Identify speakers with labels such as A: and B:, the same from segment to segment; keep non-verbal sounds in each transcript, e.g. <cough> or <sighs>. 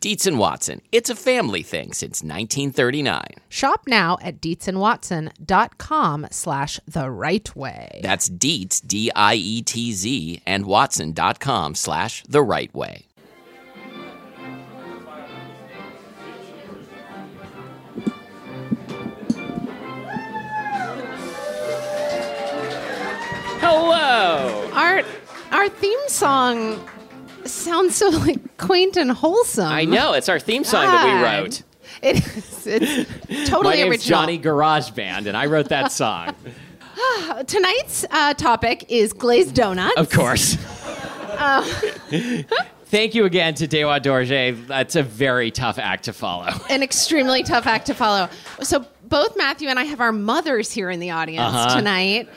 A: Dietz and Watson, it's a family thing since 1939.
B: Shop now at deetzandwatson.com slash the right way.
A: That's Dietz, D I E T Z, and Watson.com slash the right way. Hello!
B: Our, our theme song sounds so like quaint and wholesome.
A: I know, it's our theme song that we
B: God.
A: wrote.
B: It is, it's
C: My
B: totally
C: name's
B: original.
C: Johnny Garage Band, and I wrote that song,
B: Tonight's uh, topic is glazed donuts.
C: of course. <laughs> Thank you again to Dewa Dorje. That's a very tough act to follow.
B: an extremely tough act to follow. So both Matthew and I have our mothers here in the audience
C: Uh-huh.
B: tonight,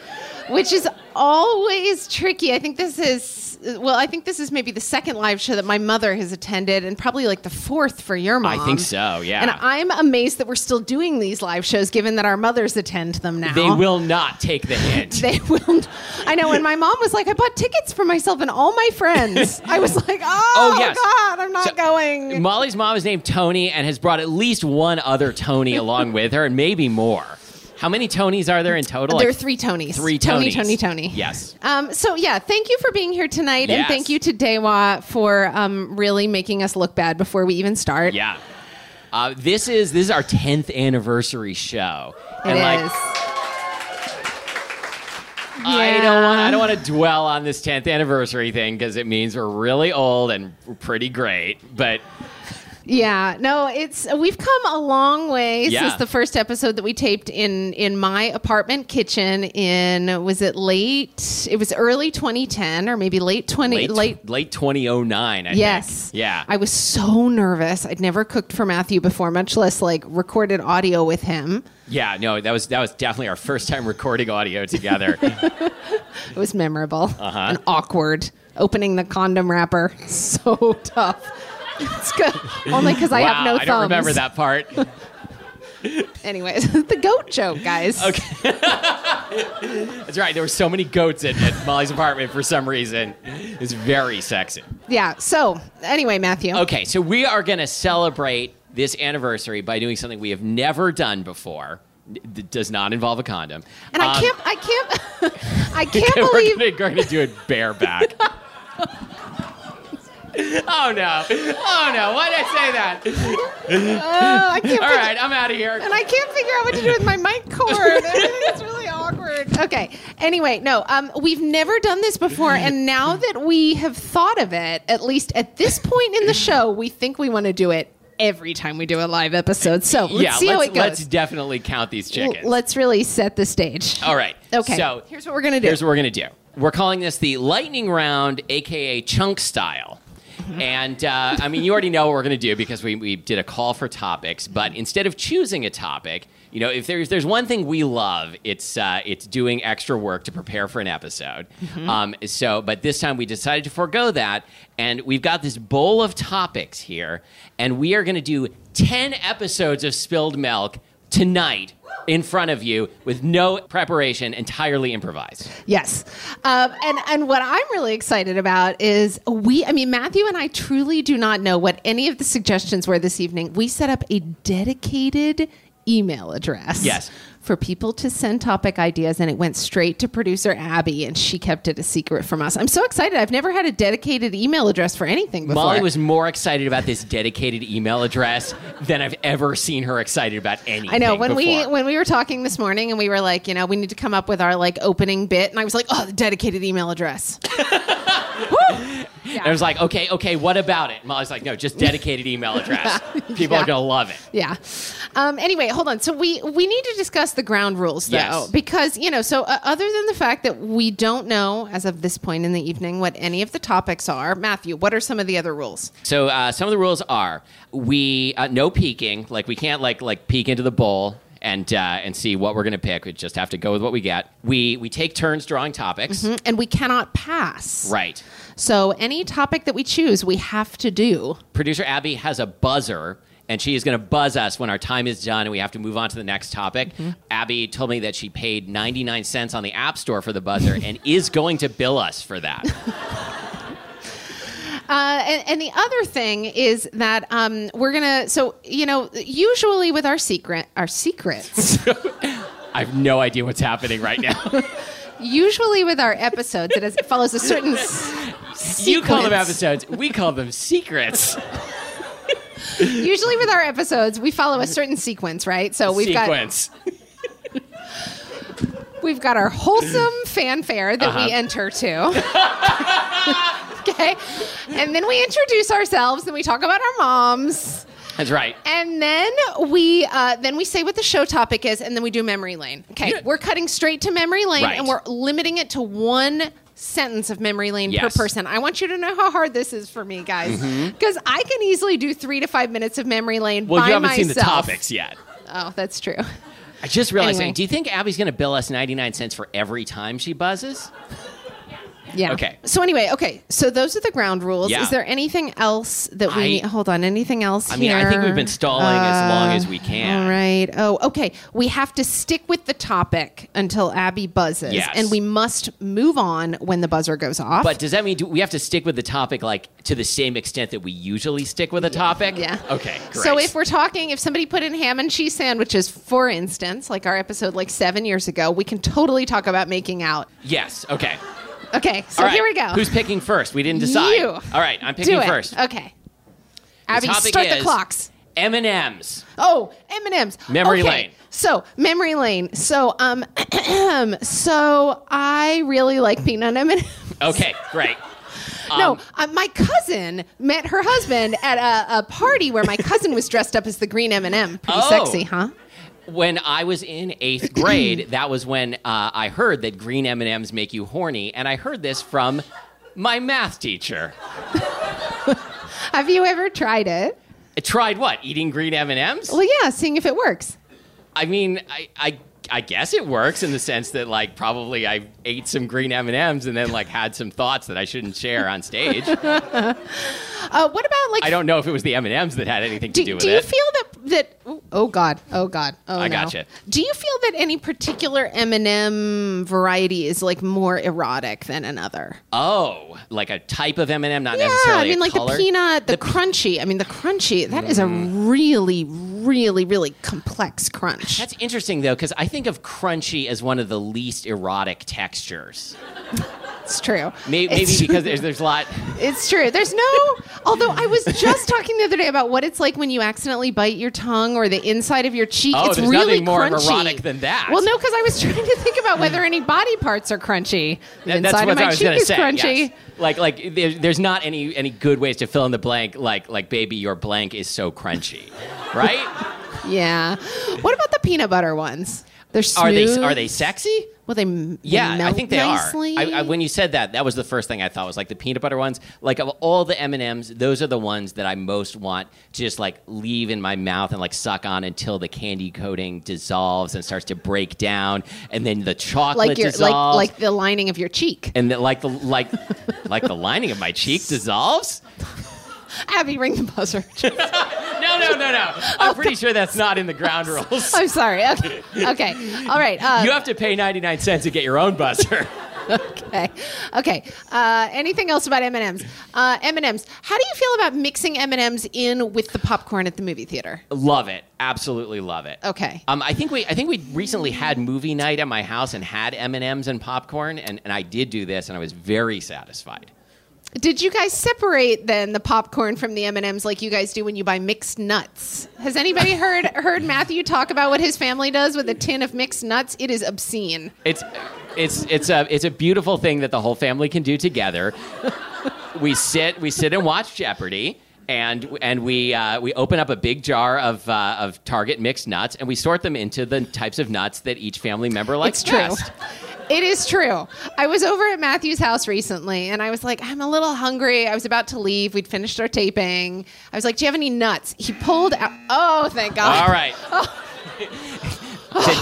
B: which is always tricky. I think this is well, I think this is maybe the second live show that my mother has attended and probably like the fourth for your mom.
C: I think so, yeah.
B: And I'm amazed that we're still doing these live shows given that our mothers attend them now.
C: They will not take the hint.
B: <laughs> They will. I know. When my mom was like, "I bought tickets for myself and all my
C: <laughs>
B: friends," I was like, "Oh,
C: Oh, yes.
B: God, I'm <laughs> not
C: So-
B: going."
C: Molly's mom is named Tony and has brought at least one other Tony
B: <laughs>
C: along with her, and maybe more. How many Tonys are there in total?
B: there are
C: Like
B: three Tonys.
C: three
B: Tony,
C: Tonys.
B: Tony, Tony.
C: Yes.
B: Um, so yeah, thank you for being here tonight, and
C: Yes.
B: thank you to Dewa for um, really making us look bad before we even start.
C: Yeah. Uh, this is this is our tenth anniversary show,
B: It
C: and like
B: is.
C: I
B: Yeah.
C: don't want I don't want to dwell on this tenth anniversary thing because it means we're really old and we're pretty great, but
B: Yeah, no, it's we've come a long way
C: Yeah.
B: since the first episode that we taped in in my apartment kitchen in was it late? It was early 2010 or maybe late 20
C: late
B: late
C: late, 2009. I
B: Yes.
C: Think. Yeah.
B: I was so nervous. I'd never cooked for Matthew before, much less like recorded audio with him.
C: yeah. No, that was that was definitely our first time recording audio
B: <laughs>
C: together.
B: It was memorable
C: Uh-huh.
B: and awkward. Opening the condom wrapper, <laughs> so tough. It's good. Only because I
C: wow.
B: have no thumbs.
C: I don't remember that part.
B: Anyways, <laughs> the goat joke, guys. Okay.
C: That's right. There were so many goats at, at Molly's apartment for some reason. It's very sexy.
B: Yeah. So anyway, Matthew.
C: Okay, so we are going to celebrate this anniversary by doing something we have never done before. It does not involve a condom.
B: And I
C: Um, <laughs>
B: can't. I can't. <laughs> I can't
C: we're
B: believe.
C: gonna- We're going to do it bareback.
B: <laughs>
C: oh no! Oh no! Why did I say that?
B: oh, I can't.
C: All
B: believe-
C: right, I'm out of here.
B: And I can't figure out what to do with my
C: <laughs>
B: mic cord. <laughs> It's really awkward. Okay. Anyway, no, um, we've never done this before. And now that we have thought of it, at least at this point
C: <laughs>
B: in the show, we think we want to do it every time we do a live episode. So let's
C: yeah,
B: see
C: let's,
B: how it goes.
C: let's definitely count these chickens.
B: L- let's really set the stage.
C: All right.
B: Okay.
C: So
B: here's what we're going to do.
C: Here's what we're gonna do. We're calling this the lightning round, aka chunk style. And uh, I mean, you already know what we're gonna do because we, we did a call for topics. But instead of choosing a topic, you know, if there's there's one thing we love, it's uh, it's doing extra work to prepare for an episode. Um, so, but this time we decided to forego that, and we've got this bowl of topics here, and we are gonna do ten episodes of spilled milk tonight in front of you with no preparation, entirely improvised.
B: Yes. Um, and, and what I'm really excited about is we, I mean, Matthew and I truly do not know what any of the suggestions were this evening. We set up a dedicated email address.
C: Yes.
B: for people to send topic ideas, and it went straight to producer Abby, and she kept it a secret from us. I'm so excited. I've never had a dedicated email address for anything before.
C: Molly was more excited about this dedicated email address than I've ever seen her excited about anything.
B: I know when we
C: before.
B: when we were talking this morning and we were like, you know, we need to come up with our like opening bit, and I was like, oh, the dedicated email address.
C: And I was like, okay, okay, what about it? Molly's like, no, just dedicated
B: <laughs>
C: email address. People
B: Yeah.
C: are gonna love it.
B: yeah. Um, anyway, hold on. So we we need to discuss the ground rules though,
C: Yes.
B: because you know. So uh, other than the fact that we don't know as of this point in the evening what any of the topics are, Matthew, what are some of the other rules?
C: So uh, some of the rules are we uh, no peeking, like we can't like like peek into the bowl and uh, and see what we're gonna pick. We just have to go with what we get. We we take turns drawing topics.
B: And we cannot pass.
C: Right.
B: So any topic that we choose, we have to do.
C: Producer Abby has a buzzer. And she is going to buzz us when our time is done and we have to move on to the next topic.
B: Mm-hmm.
C: Abby told me that she paid 99 cents on the App Store for the buzzer
B: <laughs>
C: and is going to bill us for that.
B: Uh, and, and the other thing is that um, we're gonna. So you know, usually with our secret, our secrets. <laughs>
C: I have no idea what's happening right now.
B: usually with our episodes, it, is, it follows a certain. s-
C: you call them
B: sequence.
C: episodes, we call them secrets.
B: Usually with our episodes, we follow a certain sequence, right? So <laughs> we've <laughs>
C: Sequence.
B: got we've got our
C: <clears throat>
B: wholesome fanfare that
C: Uh-huh.
B: we enter
C: <laughs>
B: to. <laughs> okay, and then we introduce ourselves, then we talk about our moms,
C: That's right.
B: and then we uh, then we say what the show topic is, and then we do memory lane. Okay, we're cutting straight to memory lane,
C: Right.
B: and we're limiting it to one. Sentence of memory lane per
C: Yes. Mm-hmm.
B: person. I want you to know how hard this is for me, guys, because I can easily do three to five minutes of memory lane
C: Well,
B: by
C: you haven't
B: myself.
C: seen the topics yet.
B: Oh, that's true.
C: I just realized.
B: Anyway.
C: something. Do you think Abby's going to bill us 99 cents for every time she buzzes?
B: Yeah.
C: Okay.
B: So anyway, okay. So those are the ground rules.
C: Yeah.
B: Is there anything else that we
C: I-
B: need? Hold on. Anything else?
C: I mean, I think we've been stalling as long as
B: uh,
C: we can.
B: All right. Oh, okay. We have to stick with the topic until Abby buzzes,
C: Yes.
B: and we must move on when the buzzer goes off.
C: But does that mean do we have to stick with the topic like to the same extent that we usually stick with a topic?
B: yeah.
C: Okay. Great.
B: So if we're talking, if somebody put in ham and cheese sandwiches, for instance, like our episode like seven years ago, we can totally talk about making out.
C: yes. Okay.
B: Okay. So
C: All right.
B: here we go.
C: Who's picking first? We didn't decide.
B: You.
C: All right. I'm picking
B: Do it.
C: first.
B: Okay. Abby,
C: topic
B: start the
C: is-
B: clocks.
C: M and M's.
B: Oh, M and M's.
C: Memory lane.
B: So memory lane. So um, <clears throat> so I really like peanut M <laughs> and
C: Okay. Great. Um,
B: No, uh, my cousin met her husband at a, a party where my cousin was dressed up as the green M and M. Pretty
C: Oh.
B: sexy, huh?
C: When I was in
B: <clears throat>
C: eighth grade, that was when uh, I heard that green M and M's make you horny, and I heard this from my math teacher.
B: Have you ever tried it?
C: I tried what? Eating green M and M's?
B: Well, yeah, seeing if it works.
C: I mean, I, I, I guess it works in the sense that like probably I ate some green M and M's and then like had some thoughts that I shouldn't share on stage.
B: Uh, what about like?
C: I don't know if it was the M and M's that had anything to
B: do,
C: do with
B: do you
C: it.
B: feel that that? oh, Oh God! Oh God! Oh
C: I
B: no.
C: gotcha.
B: Do you feel that any particular M and M variety is like more erotic than another?
C: oh, like a type of M and M, not
B: Yeah, I
C: necessarily.
B: mean,
C: a
B: like
C: color? Mm.
B: the peanut, the, crunchy. I mean, the crunchy. That is a really, really, really complex crunch.
C: That's interesting though, because I think of crunchy as one of the least erotic textures.
B: That's true.
C: Maybe, maybe
B: it's,
C: because there's there's a lot.
B: it's true. There's no. Although I was just talking the other day about what it's like when you accidentally bite your tongue or the inside of your cheek.
C: Oh,
B: it's
C: there's
B: really
C: nothing more
B: crunchy.
C: erotic than that.
B: Well, no, because I was trying to think about whether any body parts are crunchy. The
C: That-
B: inside
C: That's
B: of
C: what
B: my
C: I was
B: cheek
C: gonna
B: is
C: say.
B: crunchy.
C: yes. Like like there, there's not any any good ways to fill in the blank. Like like baby, your blank is so crunchy, right?
B: Yeah. What about the peanut butter ones? They're smooth.
C: are they are they sexy?
B: Well, they m- they
C: Yeah, I
B: melt
C: think they
B: nicely.
C: are. I, I, when you said that, that was the first thing I thought was like the peanut butter ones. Like of all the M and M's, those are the ones that I most want to just like leave in my mouth and like suck on until the candy coating dissolves and starts to break down, and then the chocolate
B: like your
C: dissolves.
B: like like the lining of your cheek. <laughs>
C: and the, like the like, like the lining of my cheek dissolves.
B: Abby, ring the buzzer.
C: No, no, no,
B: <laughs>
C: no. I'm
B: Oh,
C: pretty sure that's not in the ground rules.
B: I'm sorry. Okay, okay, all right. Uh,
C: You have to pay 99 cents to get your own buzzer. <laughs>
B: okay. Okay. Uh, anything else about M and M's? Uh, M and M's. How do you feel about mixing M and M's in with the popcorn at the movie theater?
C: Love it. Absolutely love it.
B: Okay.
C: Um, I think we I think we recently had movie night at my house and had M and M's and popcorn and, and I did do this and I was very satisfied.
B: Did you guys separate then the popcorn from the M and M's like you guys do when you buy mixed nuts? Has anybody heard heard Matthew talk about what his family does with a tin of mixed nuts? It is obscene.
C: It's it's it's a it's a beautiful thing that the whole family can do together. <laughs> we sit we sit and watch Jeopardy. And, and we, uh, we open up a big jar of, uh, of Target mixed nuts and we sort them into the types of nuts that each family member likes
B: It's true.
C: best.
B: It is true. I was over at Matthew's house recently and I was like, I'm a little hungry. I was about to leave. We'd finished our taping. I was like, Do you have any nuts? He pulled out. <laughs> Oh, thank God. <laughs>
C: All right. Said,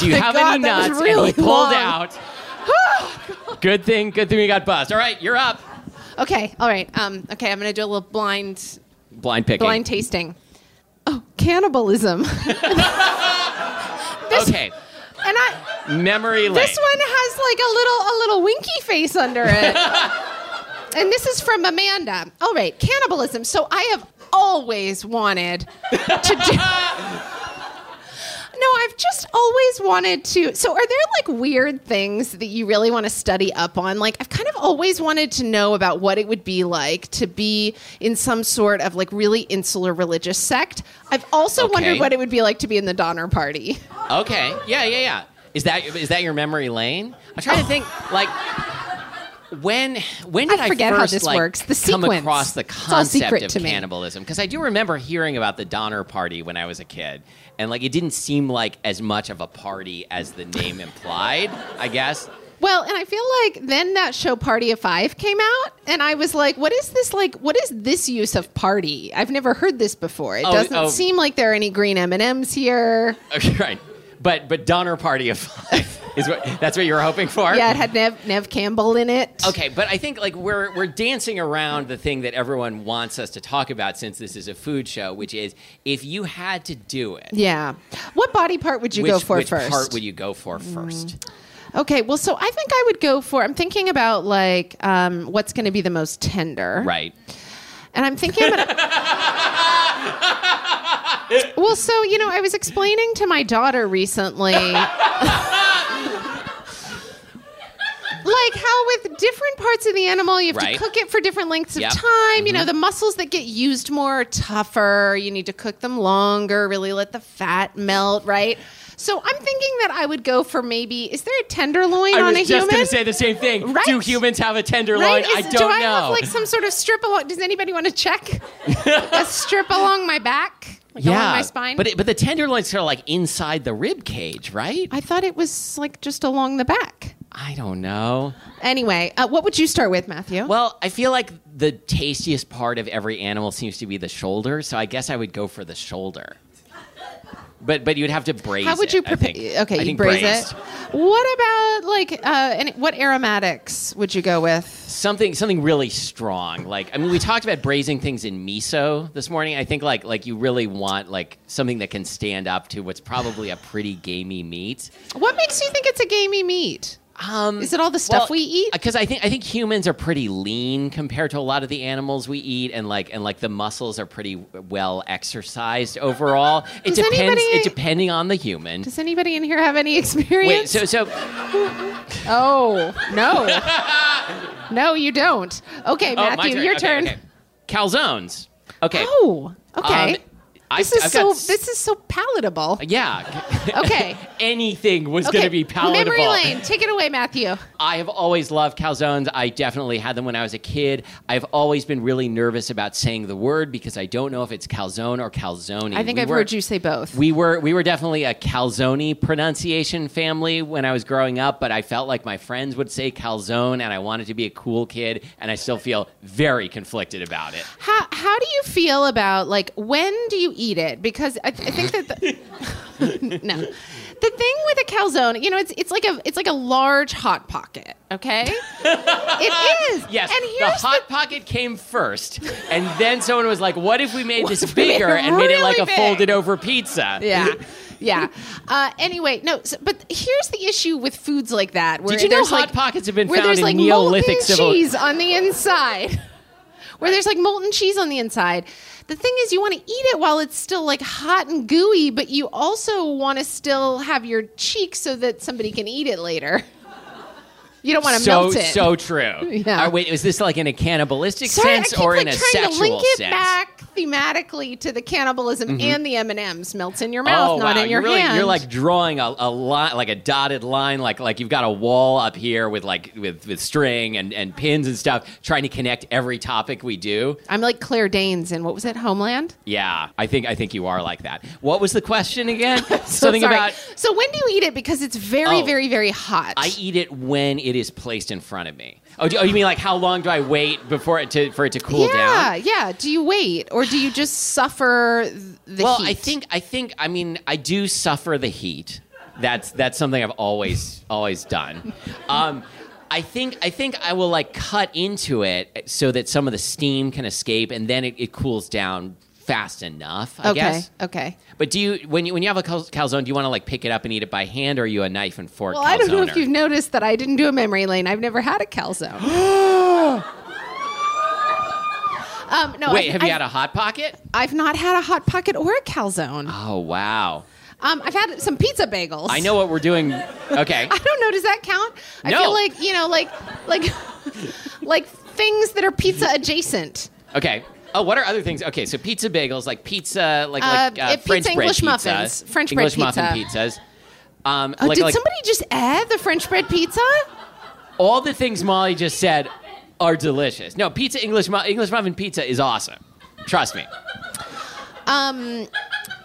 C: do you
B: thank
C: have
B: Oh God,
C: any
B: that was
C: nuts? and
B: really
C: he pulled
B: long. <laughs>
C: out. good thing, good thing we got bust. All right, you're up.
B: Okay. All right. Um, okay. I'm going to do a little blind,
C: Blind picking.
B: blind tasting. Oh, cannibalism. <laughs> and this-
C: okay.
B: I.
C: Memory lane.
B: This one has like a little a little winky face under it. and this is from Amanda. All right, cannibalism. So I have always wanted to do No, I've just always wanted to. So, are there like weird things that you really want to study up on? Like, I've kind of always wanted to know about what it would be like to be in some sort of like really insular religious sect. I've also
C: Okay.
B: wondered what it would be like to be in the Donner Party.
C: Okay. Yeah, yeah, yeah. Is that is that your memory lane? I'm trying to think like when when
B: Oh. I
C: did I,
B: forget how
C: first,
B: this
C: like,
B: works. The
C: come
B: sequence.
C: across the
B: It's all secret
C: concept of
B: to me.
C: cannibalism? Because I do remember hearing about the Donner Party when I was a kid, and like it didn't seem like as much of a party as the name implied. I guess.
B: Well, and I feel like then that show Party of Five came out, and I was like, what is this like? What is this use of party? I've never heard this before. It
C: Oh,
B: doesn't
C: oh.
B: seem like there are any green M and M's here.
C: Okay, <laughs> right. But but Donner Party of Five <laughs> is what that's what you were hoping for.
B: Yeah, it had Nev, Nev Campbell in it.
C: Okay, but I think like we're we're dancing around the thing that everyone wants us to talk about since this is a food show, which is if you had to do it,
B: Yeah. What body part would you
C: which,
B: go for
C: which
B: first? Mm-hmm.
C: part would you go for first?
B: okay. Well, so I think I would go for. I'm thinking about like um, what's going to be the most tender,
C: Right.
B: And I'm thinking
C: <laughs>
B: about. well, so you know, I was explaining to my daughter recently. Like how with different parts of the animal you have
C: Right.
B: to cook it for different lengths of
C: Yep. Mm-hmm.
B: time. You know, the muscles that get used more are tougher. You need to cook them longer, really let the fat melt, right? So I'm thinking that I would go for maybe is there a tenderloin on a human?
C: the same thing.
B: Right? Do humans
C: have a tenderloin?
B: Right? Is- do I have like some sort of strip along? Does anybody want to check
C: <laughs>
B: a strip along my back? Like
C: yeah,
B: along my spine.
C: But it, but the tenderloin's sort of like inside the rib cage, right?
B: I thought it was like just along the back.
C: I don't know.
B: Anyway, uh, what would you start with, Matthew?
C: Well, I feel like the tastiest part of every animal seems to be the shoulder, so I guess I would go for the shoulder. But but you'd have to braise.
B: How would
C: it,
B: you
C: I
B: prepare?
C: think. I
B: Okay, you
C: think
B: braise
C: braised.
B: it. What about like uh, any, what aromatics would you go with?
C: Something something really strong. Like I mean, we talked about braising things in miso this morning. I think like like you really want like something that can stand up to what's probably a pretty gamey meat.
B: What makes you think it's a gamey meat?
C: Um,
B: Is it all the stuff we eat?
C: Because I think I think humans are pretty lean compared to a lot of the animals we eat, and like and like the muscles are pretty well exercised overall. It
B: Does
C: depends.
B: anybody-
C: It depending on the human.
B: Does anybody in here have any <laughs> experience?
C: Wait, so so
B: oh
C: <laughs>
B: no, no, you don't. Okay,
C: oh, my
B: Matthew,
C: turn.
B: your
C: Okay,
B: turn.
C: okay. Calzones. Okay.
B: Oh, okay.
C: Um, I've-
B: this is
C: I've got
B: so.
C: s-
B: This is so palatable.
C: Yeah.
B: Okay.
C: <laughs> Anything was going
B: Okay,
C: to be palatable.
B: Memory lane, take it away, Matthew.
C: I have always loved calzones. I definitely had them when I was a kid. I've always been really nervous about saying the word because I don't know if it's calzone or calzone.
B: I think I've heard you say both.
C: We were we were definitely a calzone pronunciation family when I was growing up, but I felt like my friends would say calzone, and I wanted to be a cool kid, and I still feel very conflicted about it.
B: how how do you feel about like when do you eat it? Because I, I think that the,
C: <laughs>
B: <laughs> no, the thing with a calzone, you know, it's it's like a it's like a large hot pocket.
C: <laughs>
B: Okay, it is.
C: Yes,
B: and
C: the
B: here's
C: hot pocket came first, and then someone was like, "What if we made this
B: if we made
C: bigger
B: it
C: and made it like
B: really
C: a
B: big?"
C: <laughs> folded over pizza?"
B: Yeah. yeah. Uh, anyway, no, so, but here's the issue with foods like that. Where
C: Did you know
B: there's,
C: Hot
B: like-
C: Pockets have been
B: where
C: found
B: there's
C: in
B: like
C: Neolithic
B: molten
C: civil-
B: cheese on the inside? <laughs> Where there's like molten cheese on the inside. The thing is, you want to eat it while it's still like hot and gooey, but you also want to still have your cheek so that somebody can eat it later. You don't want to
C: so
B: melt it.
C: so true.
B: <laughs> Yeah.
C: Uh, wait, is this like in a cannibalistic
B: Sorry,
C: sense
B: I keep,
C: or in
B: like,
C: a
B: trying
C: sexual
B: to link it
C: sense? Mm-hmm.
B: back thematically to the cannibalism and the M and M's melts in your mouth,
C: Oh
B: not
C: wow!
B: in your
C: you're really
B: hand.
C: you're like drawing a, a line, like a dotted line, like like you've got a wall up here with like with with string and and pins and stuff, trying to connect every topic we do.
B: I'm like Claire Danes in what was it, Homeland? <laughs>
C: Yeah, I think I think you are like that. What was the question again?
B: <laughs> So
C: Something
B: sorry.
C: about
B: So when do you eat it? Because it's very,
C: Oh.
B: very, very hot.
C: I eat it when it is placed in front of me. Oh, do, oh you mean like how long do I wait before it to for it to cool down?
B: yeah, yeah. Do you wait or do you just suffer th- the
C: well
B: heat?
C: i think i think i mean i do suffer the heat that's that's something i've always always done um, i think i think i will like cut into it so that some of the steam can escape and then it, it cools down fast enough i
B: Okay.
C: guess
B: Okay.
C: but do you when you when you have a cal- calzone do you want to like pick it up and eat it by hand or are you a knife and fork
B: Well, I don't know if
C: calzoner?
B: you've noticed that I didn't do a memory lane. I've never had a calzone.
C: <gasps>
B: um, no,
C: wait
B: I've,
C: have you
B: I've-
C: had a hot pocket
B: I've not had a hot pocket or a calzone.
C: oh wow
B: Um, I've had some pizza bagels.
C: i know what we're doing okay
B: <laughs> I don't know. Does that count? I
C: No.
B: feel like you know, like, like, <laughs> like things that are pizza adjacent.
C: Okay. Oh, what are other things? Okay, so pizza bagels, like pizza, like
B: Uh,
C: like uh,
B: pizza,
C: French bread
B: English
C: pizza,
B: muffins, French bread
C: English muffin
B: pizza.
C: pizzas. Um,
B: Oh,
C: like,
B: did
C: like
B: somebody just add the French bread pizza?
C: all the things Molly just said are delicious. No, pizza English mu- English muffin pizza is awesome. Trust me.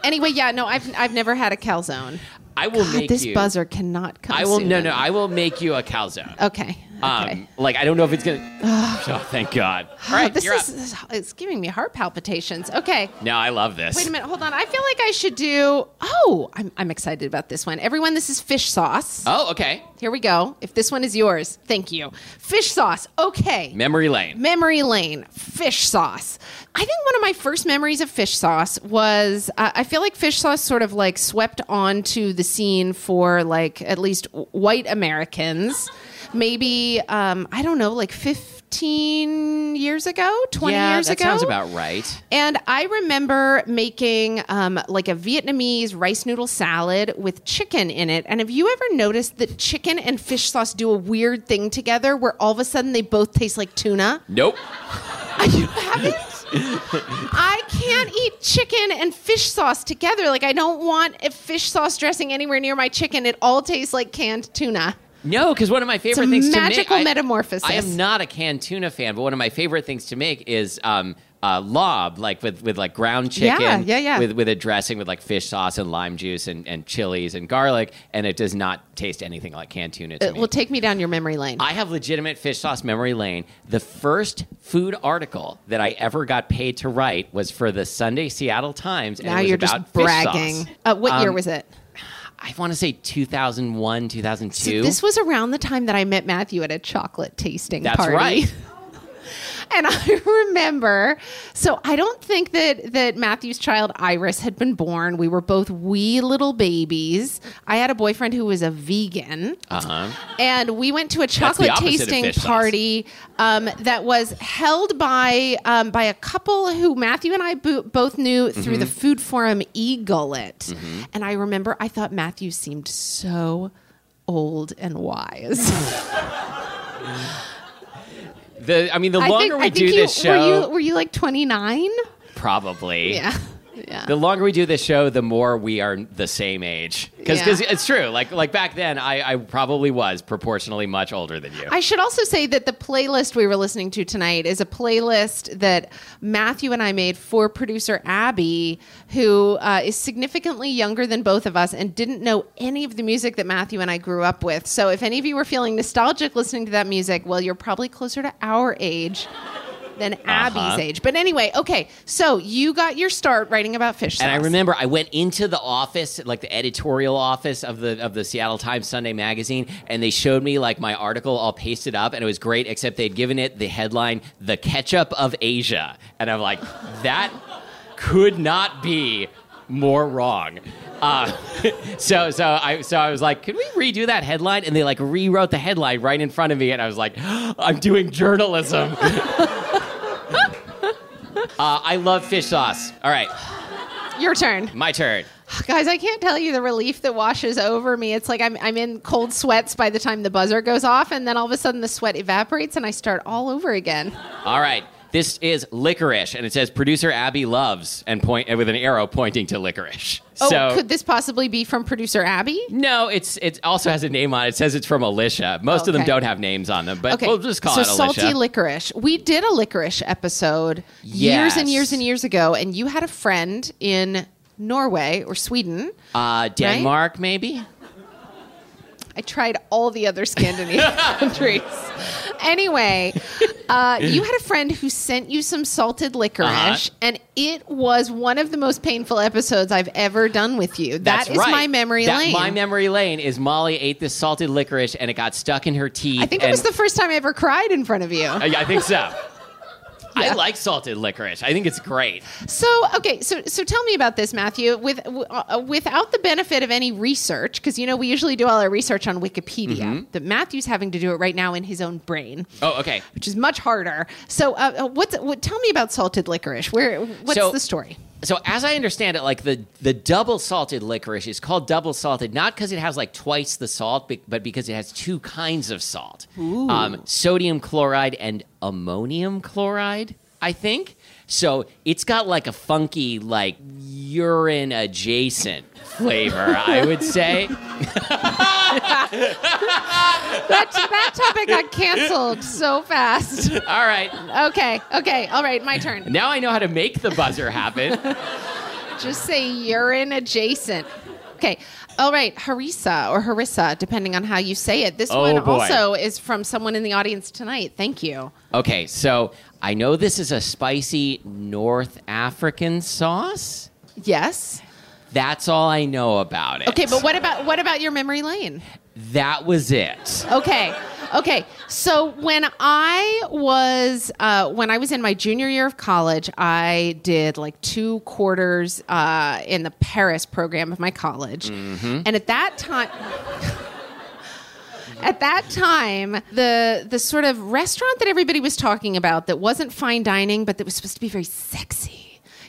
B: Anyway, yeah, no, I've I've never had a calzone.
C: I will
B: God,
C: make
B: this
C: you.
B: buzzer cannot come.
C: I will
B: soon
C: no no. I will make you a calzone.
B: Okay. Okay.
C: Um, like I don't know if
B: <sighs>
C: it's gonna. oh, thank God. All
B: Oh, <sighs>
C: right,
B: this
C: you're
B: is
C: up.
B: this is- it's giving me heart palpitations. Okay.
C: No, I love this.
B: Wait a minute, hold on. I feel like I should do. Oh, I'm, I'm excited about this one. Everyone, this is fish sauce.
C: Oh, okay.
B: Here we go. If this one is yours, thank you. Fish sauce. Okay.
C: Memory lane.
B: Memory lane, fish sauce. I think one of my first memories of fish sauce was uh, I feel like fish sauce sort of like swept onto the scene for like at least w- white Americans, maybe, um, I don't know, like 15 years ago, 20
C: yeah,
B: years
C: that
B: ago.
C: sounds about right.
B: And I remember making um, like a Vietnamese rice noodle salad with chicken in it. And have you ever noticed that chicken and fish sauce do a weird thing together where all of a sudden they both taste like tuna?
C: Nope.
B: <laughs> You haven't? I can't eat chicken and fish sauce together. Like, I don't want a fish sauce dressing anywhere near my chicken. It all tastes like canned tuna.
C: No, because one of my favorite
B: a
C: things
B: magical
C: to make, I-
B: metamorphosis.
C: I, am not a canned tuna fan, but one of my favorite things to make is um, uh, lob, like with, with like ground
B: Yeah,
C: chicken,
B: yeah, yeah.
C: with with a dressing with like fish sauce and lime juice and, and chilies and garlic, and it does not taste anything like canned tuna. To
B: It
C: me.
B: will take me down your memory lane.
C: I have legitimate fish sauce memory lane. The first food article that I ever got paid to write was for the Sunday Seattle Times, and
B: now
C: it was
B: you're
C: about
B: just
C: fish
B: bragging.
C: sauce.
B: Uh, what year
C: Um,
B: was it?
C: I want to say 2001, 2002.
B: This was around the time that I met Matthew at a chocolate tasting
C: That's
B: party.
C: right.
B: And <laughs> I remember, so I don't think that that Matthew's child Iris had been born. We were both wee little babies. I had a boyfriend who was a vegan,
C: Uh huh.
B: and we went to a
C: the
B: chocolate
C: opposite of
B: tasting
C: fish sauce.
B: party um, that was held by um, by a couple who Matthew and I bo- both knew through the
C: Mm-hmm.
B: food forum e-gullet. And I remember I thought Matthew seemed so old and wise.
C: <laughs> The I mean, the longer we do
B: you,
C: this show,
B: Were you, were you like 29?
C: Probably.
B: Yeah. Yeah.
C: The longer we do this show, the more we are the same age. Because
B: Yeah.
C: it's true. Like like back then, I, I probably was proportionally much older than you.
B: I should also say that the playlist we were listening to tonight is a playlist that Matthew and I made for producer Abby, who uh, is significantly younger than both of us and didn't know any of the music that Matthew and I grew up with. So if any of you were feeling nostalgic listening to that music, well, you're probably closer to our age than
C: Uh-huh.
B: Abby's age. But anyway, okay. So you got your start writing about fish
C: and I
B: sauce.
C: remember I went into the office, like the editorial office of the of the Seattle Times Sunday magazine, and they showed me like my article all pasted up, and it was great, except they'd given it the headline "The Ketchup of Asia," and I'm like, that could not be more wrong. Uh, <laughs> so so I so I was like, could we redo that headline? And they like rewrote the headline right in front of me, and I was like, <gasps> I'm doing journalism. <laughs> Uh, I love fish sauce. All right,
B: Your turn.
C: my turn.
B: Guys, I can't tell you the relief that washes over me. It's like I'm, I'm in cold sweats by the time the buzzer goes off, and then all of a sudden the sweat evaporates and I start all over again.
C: All right. This is licorice, and it says producer Abby loves, and point with an arrow pointing to licorice.
B: Oh,
C: so
B: could this possibly be from producer Abby?
C: no, it's it also has a name on it. It says it's from Alicia. Most of them
B: Okay.
C: don't have names on them, but
B: Okay,
C: we'll just call
B: so
C: it Alicia.
B: salty licorice. We did a licorice episode years and
C: Yes.
B: years and years ago, and you had a friend in Norway or Sweden.
C: uh, Denmark, maybe.
B: I tried all the other
C: <laughs>
B: Scandinavian countries. Anyway, uh, you had a friend who sent you some salted licorice,
C: Uh-huh.
B: and it was one of the most painful episodes I've ever done with you. That
C: That's
B: is
C: right.
B: my memory
C: That-
B: lane.
C: My memory lane is Molly ate this salted licorice, and it got stuck in her teeth.
B: I think it was
C: <laughs> and-
B: the first time I ever cried in front of you.
C: I, I
B: <laughs>
C: think so. I
B: Yeah.
C: like salted licorice. I think it's great.
B: So okay, so so tell me about this, Matthew. With w- uh, without the benefit of any research, because you know we usually do all our research on Wikipedia.
C: Mm-hmm.
B: That Matthew's having to do it right now in his own brain,
C: Oh, okay.
B: which is much harder. So uh, uh, what's what? Tell me about salted licorice. Where? What's
C: So-
B: the story?
C: So as I understand it, like the the double salted licorice is called double salted not because it has like twice the salt, be- but because it has two kinds of salt: um, sodium chloride and ammonium chloride. I think so. It's got like a funky like urine adjacent flavor. I
B: <laughs>
C: would say.
B: That that topic got
C: <laughs>
B: canceled so fast.
C: All right,
B: Okay, okay, all right, my turn.
C: now I know how to make the buzzer happen.
B: Just say urine adjacent. Okay. All right, Harissa or Harissa, depending on how you say it. This
C: Oh,
B: one
C: boy.
B: also is from someone in the audience tonight. Thank you.
C: Okay, so I know this is a spicy North African sauce.
B: Yes.
C: That's all I know about it.
B: Okay, but what about what about your memory lane?
C: That was it.
B: Okay. Okay. So when I was uh, when I was in my junior year of college, I did like two quarters uh, in the Paris program of my college,
C: Mm-hmm.
B: and at that time. At that time, the the sort of restaurant that everybody was talking about that wasn't fine dining, but that was supposed to be very sexy.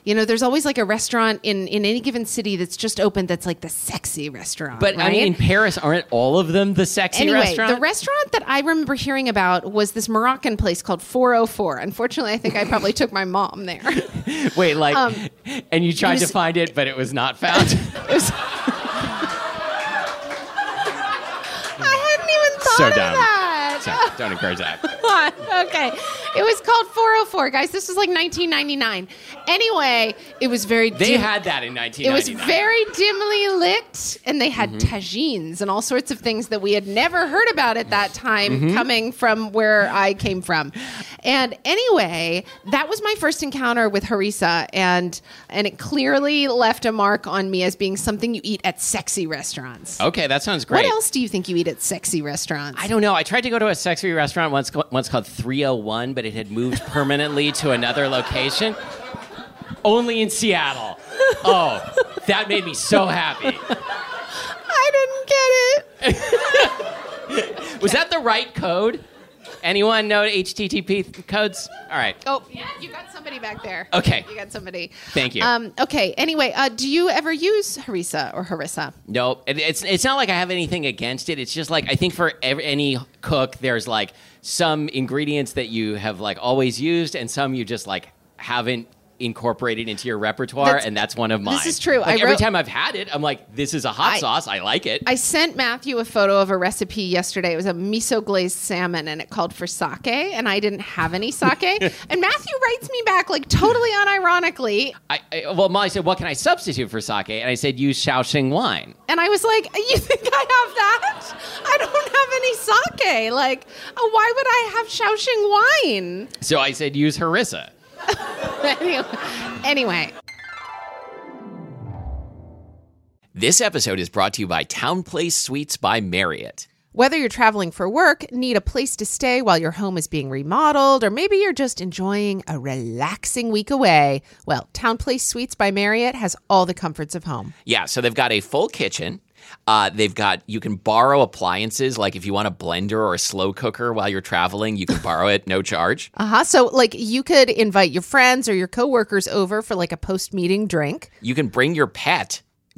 B: You know, there's always like a restaurant in, in any given city that's just opened that's like the sexy restaurant.
C: But I
B: right?
C: mean, in Paris, aren't all of them the sexy
B: anyway,
C: restaurant?
B: the restaurant that I remember hearing about was this Moroccan place called 404. Unfortunately, I think I probably took my mom there. <laughs> It
C: <laughs> Wait, like, and you tried
B: um, it
C: to
B: was-
C: find it, but it was
B: <laughs>
C: not found.
B: was- I hadn't even thought
C: So
B: of
C: dumb.
B: that.
C: so <laughs> don't
B: <laughs>
C: encourage that.
B: okay. It was called 404, guys. This was like 1999. Anyway, it was very
C: They
B: dim-
C: had that in
B: It was
C: 1999.
B: very dimly lit, and they had
C: Mm-hmm.
B: tagines and all sorts of things that we had never heard about at that time,
C: Mm-hmm.
B: coming from where I came from. And anyway, that was my first encounter with harissa, and and it clearly left a mark on me as being something you eat at sexy restaurants.
C: Okay, that sounds great.
B: What else do you think you eat at sexy restaurants?
C: Oh, I don't know. I tried to go to a sexy restaurant once, ca- once called 301, but it
B: <laughs>
C: had moved permanently to another location. Only
B: <laughs>
C: in Seattle. Oh, that made me so happy.
B: I didn't
C: Oh.
B: get it.
C: Was that the right code? Anyone know HTTP th- codes? All right.
B: Oh, you got somebody back there.
C: Okay.
B: you got somebody.
C: Thank you.
B: Um, okay. Anyway, uh, do you ever use harissa or harissa?
C: Nope. It, it's it's not like I have anything against it. It's just like I think for ev- any cook, there's like some ingredients that you have like always used, and some you just like haven't incorporated into your repertoire,
B: That's-
C: and that's one of mine.
B: is true.
C: Like,
B: I
C: every
B: wrote-
C: time I've had it, I'm like, this is a hot
B: I-
C: sauce. I like it.
B: I sent Matthew a photo of a recipe yesterday. It was a miso glazed salmon and it called for sake, and I didn't have any sake. and Matthew writes me back, like totally unironically.
C: I, I- well, Molly said, "What can I substitute for sake?" And I said, "Use Shaoxing wine."
B: And I was like, You think I have that? I don't have any sake. Like, oh, why would I have Shaoxing wine?
C: So I said, "Use harissa."
B: <laughs> Anyway- anyway.
A: This episode is brought to you by Town Place Suites by Marriott.
B: Whether you're traveling for work, need a place to stay while your home is being remodeled, or maybe you're just enjoying a relaxing week away, well, Town Place Suites by Marriott has all the comforts of home.
A: Yeah, so they've got a full kitchen. Uh, they've got you can borrow appliances like if you want a blender or a slow cooker while you're traveling, you can borrow it no charge.
B: Uh huh. So, like, you could invite your friends or your coworkers over for like a post meeting drink.
A: You can bring your pet.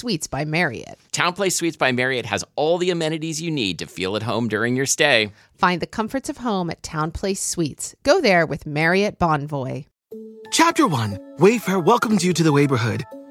B: Suites by Marriott.
A: Town Place Suites by Marriott has all the amenities you need to feel at home during your stay.
B: Find the comforts of home at Town Place Suites. Go there with Marriott Bonvoy.
D: Chapter 1 Wayfair welcomes you to the neighborhood.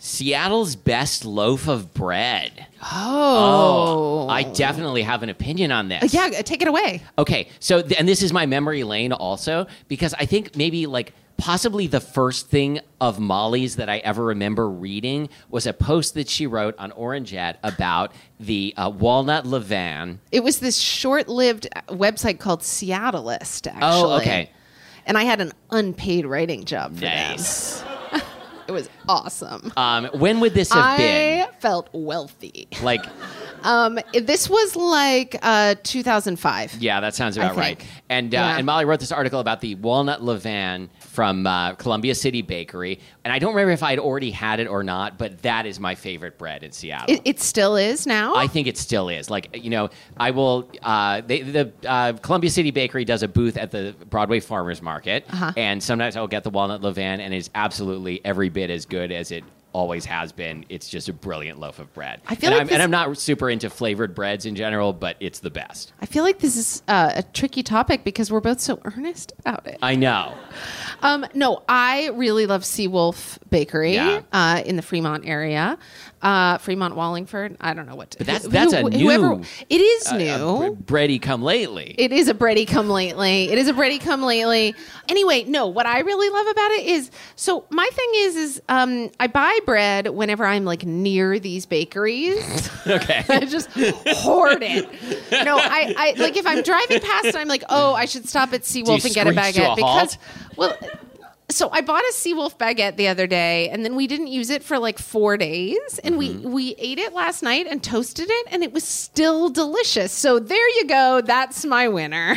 C: Seattle's best loaf of bread.
B: Oh.
C: I definitely have an opinion on this.
B: Uh, yeah, take it away.
C: Okay, so th- and this is my memory lane also because I think maybe like possibly the first thing of Molly's that I ever remember reading was a post that she wrote on Orangeette about the uh, walnut levain.
B: It was this short-lived uh, website called Seattleist, actually.
C: Oh, okay.
B: And I had an unpaid writing job for them.
C: Nice.
B: It was awesome.
C: Um, when would this have
B: I
C: been?
B: felt wealthy.
C: Like,
B: Um, this was like uh, 2005.
C: yeah, that sounds about
B: think.
C: right. And uh,
B: Yeah.
C: and Molly wrote this article about the walnut levain from uh, Columbia City Bakery, and I don't remember if I had already had it or not, but that is my favorite bread in Seattle.
B: It, it still is now.
C: I think it still is. Like you know, I will. Uh, they, the uh, Columbia City Bakery does a booth at the Broadway Farmers Market,
B: Uh-huh.
C: and sometimes I'll get the walnut levain, and it's absolutely every bit as good as it always has been. It's just a brilliant loaf of bread.
B: I feel
C: and
B: like
C: I'm,
B: this-
C: and I'm not super into flavored breads in general, but it's the best.
B: I feel like this is uh, a tricky topic because we're both so earnest about it.
C: I know.
B: Um, no, I really love Seawolf Bakery
C: Yeah.
B: uh, in the Fremont area, uh, Fremont Wallingford. I don't know what. To, but
C: that's- that's a new,
B: It is new.
C: Uh, bre- bready come lately.
B: It is a Brady come lately. It is a Brady come lately. Anyway, no, what I really love about it is so my thing is is um, I buy bread whenever I'm like near these bakeries. <laughs>
C: okay.
B: I just hoard it. No, I, I like if I'm driving past and I'm like, oh, I should stop at Seawolf and get a
C: screech to
B: baguette
C: a
B: because
C: halt?
B: well so I bought a Seawolf baguette the other day and then we didn't use it for like four days and
C: Mm-hmm.
B: we we ate it last night and toasted it and it was still delicious. So there you go. That's my winner.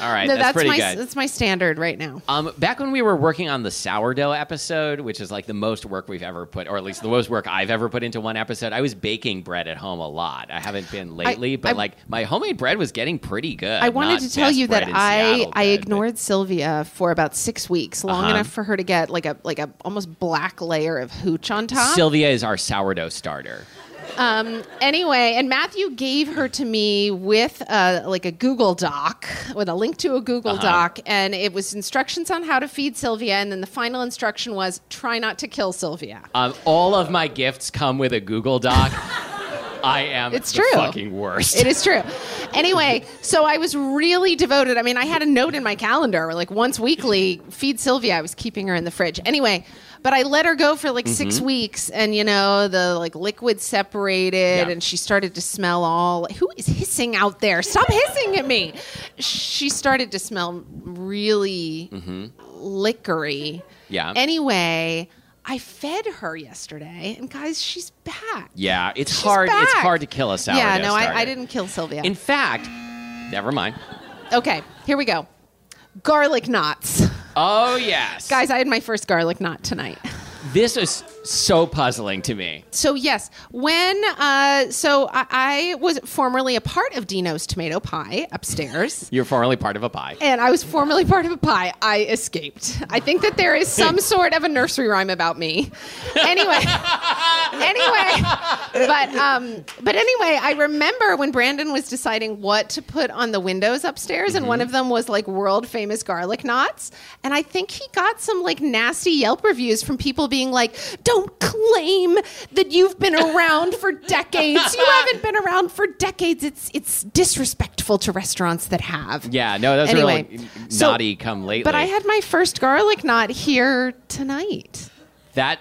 C: All right.
B: No,
C: that's, pretty
B: my
C: good.
B: that's my standard right now.
C: Um, back when we were working on the sourdough episode, which is like the most work we've ever put, or at least the most work I've ever put into one episode, I was baking bread at home a lot. I haven't been lately, but
B: I-
C: like my homemade bread was getting pretty good.
B: I wanted
C: Not
B: to tell
C: best
B: you that
C: bread in
B: I
C: Seattle
B: I
C: bread, but- Uh-huh.
B: ignored Sylvia for about six weeks, long enough for her to get like a like a almost black layer of hooch on top.
C: Sylvia is our sourdough starter.
B: anyway, and Matthew gave her to me with a, like a Google Doc, with a link to a Google Doc, and it was instructions on how to feed Sylvia, and then the final instruction was try not to kill Sylvia.
C: Um, all of my gifts come with a Google Doc. I am
B: It's
C: the
B: true.
C: fucking worst.
B: It is true. Anyway, so I was really devoted. I mean, I had a note in my calendar, like once weekly, feed Sylvia. I was keeping her in the fridge. Anyway, but I let her go for like six
C: Mm-hmm.
B: weeks, and you know the like liquid separated,
C: Yeah.
B: and she started to smell all. Who is hissing out there? Stop hissing at me. She started to smell really liquory.
C: Mm-hmm. Yeah.
B: Anyway. I fed her yesterday, and guys, she's back.
C: yeah, it's
B: She's
C: hard. It's
B: back.
C: hard to kill a sourdough.
B: Yeah, no,
C: starter.
B: I, I didn't kill Sylvia.
C: In fact, never mind.
B: okay, here we go. Garlic knots.
C: Oh yes,
B: Guys, I had my first garlic knot tonight.
C: This is so puzzling to me.
B: So yes, when uh, so I, I was formerly a part of Dino's Tomato Pie upstairs.
C: You're formerly part of a pie.
B: And I was formerly part of a pie. I escaped. I think that there is some sort of a nursery rhyme about me. Anyway,
C: <laughs>
B: anyway, but um, but anyway, I remember when Brandon was deciding what to put on the windows upstairs, and
C: Mm-hmm.
B: one of them was like world famous garlic knots, and I think he got some like nasty Yelp reviews from people being like, "Don't claim that you've been around for decades. You haven't been around for decades. It's it's disrespectful to restaurants that have."
C: Yeah, no, that's
B: Anyway,
C: really
B: so-
C: naughty come lately.
B: But I had my first garlic knot here tonight.
C: that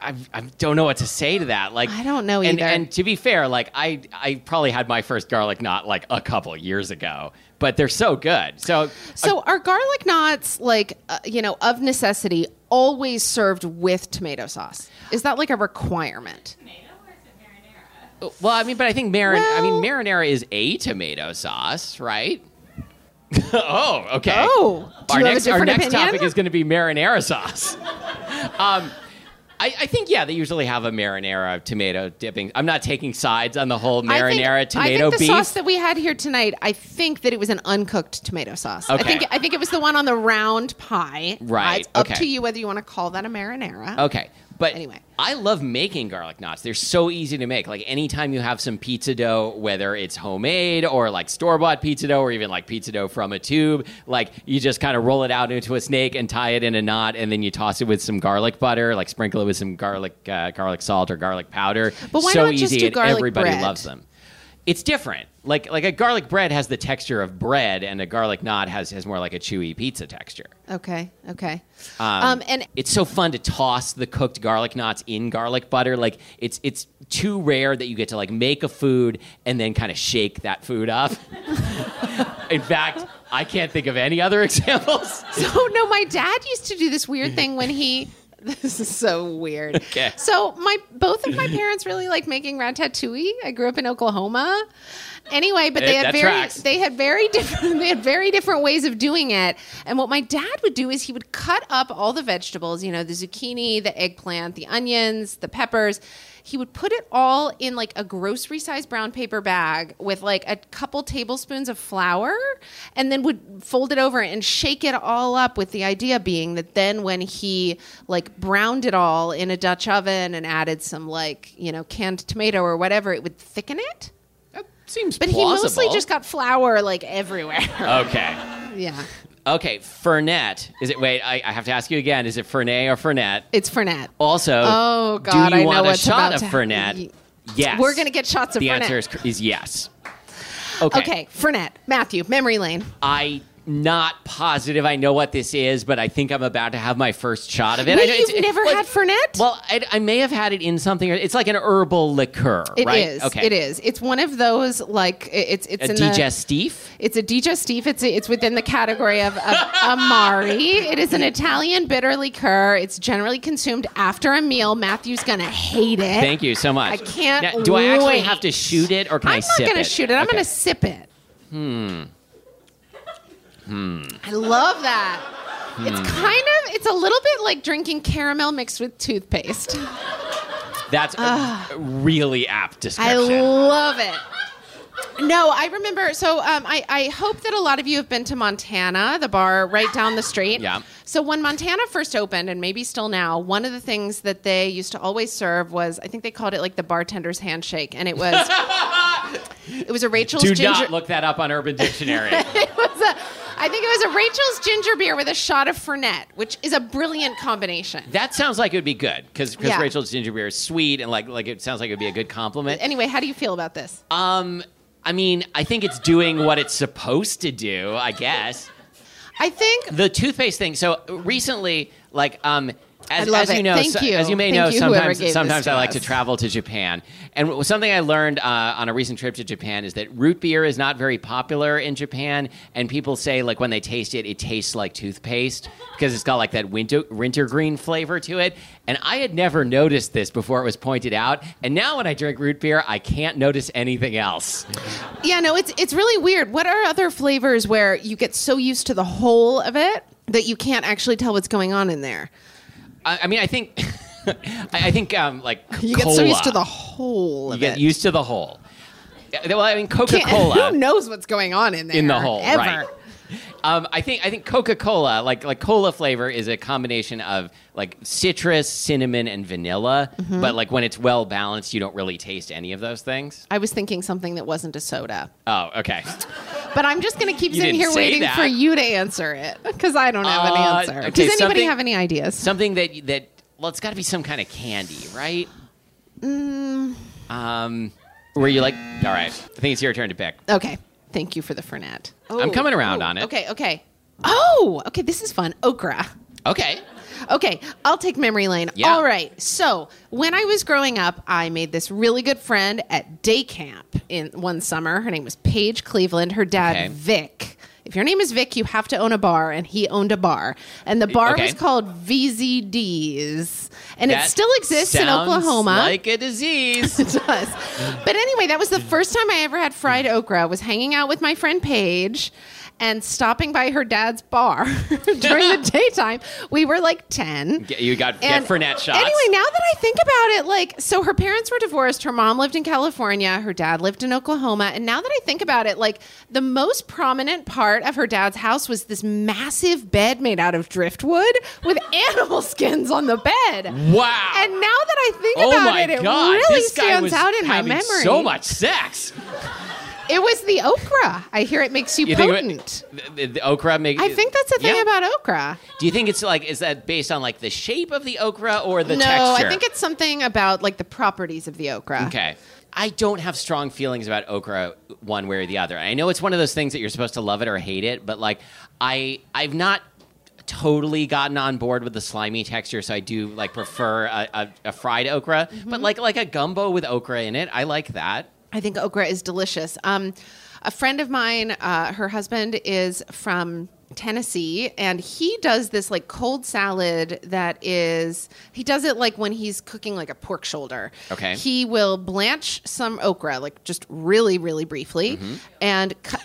C: I, I don't know what to say to that. Like
B: I don't know
C: and,
B: either.
C: And to be fair, like I I probably had my first garlic knot like a couple years ago, but they're so good. So
B: So are garlic knots like uh, you know of necessity always served with tomato sauce? Is that like a requirement?
C: well, I mean, but I think marin I mean
B: Well-
C: marinara is a tomato sauce, right? <laughs> oh, okay.
B: Oh, do
C: our
B: you have a
C: next our
B: different
C: next
B: opinion?
C: topic is going to be marinara
B: <laughs>
C: sauce. um, I, I think yeah, they usually have a marinara tomato dipping. I'm not taking sides on the whole
B: I think-
C: marinara
B: I
C: tomato
B: think the
C: beef.
B: sauce that we had here tonight. I think that it was an uncooked tomato sauce. I
C: Okay.
B: think I think it was the one on the round pie.
C: Right,
B: It's up
C: okay.
B: to you whether you want to call that a marinara.
C: Okay. But
B: Anyway.
C: I love making garlic knots. They're so easy to make. Like anytime you have some pizza dough, whether it's homemade or like store bought pizza dough or even like pizza dough from a tube, like you just kind of roll it out into a snake and tie it in a knot and then you toss it with some garlic butter, like sprinkle it with some garlic uh, garlic salt or garlic powder.
B: But why
C: so
B: not
C: easy
B: just do
C: and
B: garlic
C: everybody
B: bread?
C: loves them. It's different. Like like a garlic bread has the texture of bread and a garlic knot has has more like a chewy pizza texture.
B: Okay. Okay. Um, and
C: It's so fun to toss the cooked garlic knots in garlic butter. Like it's it's too rare that you get to like make a food and then kind of shake that food up. <laughs> in fact, I can't think of any other <laughs> examples.
B: <laughs> So no, my dad used to do this weird thing when he. <laughs> This is so weird.
C: Okay.
B: So my both of my parents really like making ratatouille. I grew up in Oklahoma. Anyway, but they had
C: It- that
B: very
C: tracks.
B: they had very different <laughs> they had very different ways of doing it. And what my dad would do is he would cut up all the vegetables, you know, the zucchini, the eggplant, the onions, the peppers. He would put it all in like a grocery size brown paper bag with like a couple tablespoons of flour and then would fold it over and shake it all up with the idea being that then when he like browned it all in a Dutch oven and added some like, you know, canned tomato or whatever, it would thicken it.
C: That seems
B: But he mostly just got flour like everywhere. <laughs>
C: okay.
B: yeah.
C: Okay, Fernet. Is it? Wait, I, I have to ask you again. Is it Fernet or Fernet?
B: It's Fernet.
C: Also,
B: Oh, God,
C: do you
B: I know
C: want a
B: what's
C: shot
B: about
C: of
B: to-
C: Fernet? Yes.
B: We're going to get shots of
C: the
B: Fernet.
C: answer is, is yes.
B: Okay, Fernet. Matthew, memory lane.
C: I not positive I know what this is, but I think I'm about to have my first shot of it.
B: Wait,
C: I know
B: you've
C: it's-
B: never
C: like-
B: had Fernet?
C: Well, I, I may have had it in something. It's like an herbal liqueur,
B: It is.
C: right? Okay,
B: It is. It's one of those like i- it's it's
C: A
B: in
C: digestif.
B: The, it's a digestif. It's it's within the category of,
C: <laughs>
B: of amari. It is an Italian bitter liqueur. It's generally consumed after a meal. Matthew's gonna hate it.
C: Thank you so much.
B: I can't
C: Now, do I actually
B: wait.
C: have to shoot it, or can I
B: I'm not
C: sip
B: gonna
C: it?
B: shoot it. I'm
C: Okay.
B: gonna sip it. Hmm. I love that.
C: Hmm.
B: It's kind of it's a little bit like drinking caramel mixed with toothpaste.
C: That's a really apt
B: I
C: description.
B: love it. No, I remember. So um, I, I hope that a lot of you have been to Montana, the bar right down the street.
C: Yeah.
B: So when Montana first opened, and maybe still now, one of the things that they used to always serve was I think they called it like the bartender's handshake, and it
C: <laughs>
B: was it was a Rachel's
C: do
B: ginger.
C: not look that up on Urban Dictionary.
B: <laughs> it was a, I think it was a Rachel's ginger beer with a shot of Fernet, which is a brilliant combination.
C: that sounds like it would be good because
B: Yeah.
C: Rachel's ginger beer is sweet and like like it sounds like it would be a good compliment.
B: Anyway, how do you feel about this?
C: Um, I mean, I think it's doing what it's supposed to do, I guess.
B: I think
C: The toothpaste thing. So recently, like, um, as,
B: I love
C: as
B: it.
C: you know,
B: Thank
C: so-
B: you.
C: as you may
B: Thank
C: know,
B: you, whoever gave
C: sometimes
B: this
C: sometimes
B: to
C: I like to
B: us.
C: travel to Japan, and w- something I learned uh, on a recent trip to Japan is that root beer is not very popular in Japan, and people say like when they taste it, it tastes like toothpaste because it's got like that winter wintergreen flavor to it. And I had never noticed this before it was pointed out, and now when I drink root beer, I can't notice anything else.
B: Yeah, no, it's it's really weird. What are other flavors where you get so used to the whole of it that you can't actually tell what's going on in there?
C: I, I mean, I think <laughs> I, I think um, like
B: <laughs> You get so
C: cola.
B: used to the whole
C: you
B: of
C: get
B: it.
C: used to the whole. Yeah, Well, I mean, Coca
B: Can't- <laughs> Who
C: Cola
B: knows what's going on in there?
C: in the whole,
B: ever.
C: right? Um, I think I think Coca Cola, like like cola flavor, is a combination of like citrus, cinnamon, and vanilla.
B: Mm-hmm.
C: But like when it's well balanced, you don't really taste any of those things.
B: I was thinking something that wasn't a soda,
C: Oh, okay.
B: but I'm just going to keep
C: You
B: sitting
C: didn't
B: here
C: say
B: waiting
C: that.
B: for you to answer it because I don't have
C: Uh,
B: an answer.
C: okay,
B: Does anybody
C: something-
B: have any ideas?
C: Something that that well, it's got to be some kind of candy, right?
B: Mm.
C: Um, where you like? All right, I think it's your turn to pick.
B: okay, thank you for the Fernet.
C: I'm coming around on it.
B: Oh, Okay, okay. Oh, okay. This is fun. Okra.
C: Okay.
B: Okay, I'll take memory lane.
C: Yeah.
B: All right. So, when I was growing up, I made this really good friend at day camp in one summer. Her name was Paige Cleveland, her dad
C: Okay.
B: Vic. If your name is Vic, you have to own a bar, and he owned a bar. And the bar
C: Okay.
B: was called VZD's. And it
C: That
B: still exists in
C: sounds
B: Oklahoma.
C: Like a
B: <laughs>
C: disease.
B: It does. But anyway, that was the first time I ever had fried okra. Was hanging out with my friend Paige and stopping by her dad's bar <laughs> during
C: <laughs>
B: the daytime. We were like 10.
C: Get- you got
B: And
C: get Fernet shots.
B: Anyway, now that I think about it, like, so her parents were divorced. Her mom lived in California. Her dad lived in Oklahoma. And now that I think about it, like, the most prominent part of her dad's house was this massive bed made out of driftwood with <laughs> animal skins on the bed.
C: Wow.
B: And now that I think
C: oh
B: about
C: my
B: it, it
C: god,
B: really
C: this guy
B: stands
C: was
B: out in my
C: having
B: memory.
C: So much sex.
B: It was the okra. I hear it makes you,
C: think
B: potent.
C: it, the, the okra? Make,
B: I think that's the thing
C: Yeah.
B: about okra.
C: Do you think it's like is that based on like the shape of the okra or the
B: no,
C: texture?
B: I think it's something about like the properties of the okra.
C: Okay. I don't have strong feelings about okra one way or the other. I know it's one of those things that you're supposed to love it or hate it, but like I I've not totally gotten on board with the slimy texture, so I do like prefer a, a, a fried okra. But
B: Mm-hmm.
C: like like a gumbo with okra in it, I like that.
B: I think okra is delicious. Um, a friend of mine, uh, her husband is from Tennessee, and he does this like cold salad that is, he does it like when he's cooking like a pork shoulder.
C: Okay.
B: He will blanch some okra, like just really, really briefly, and cut.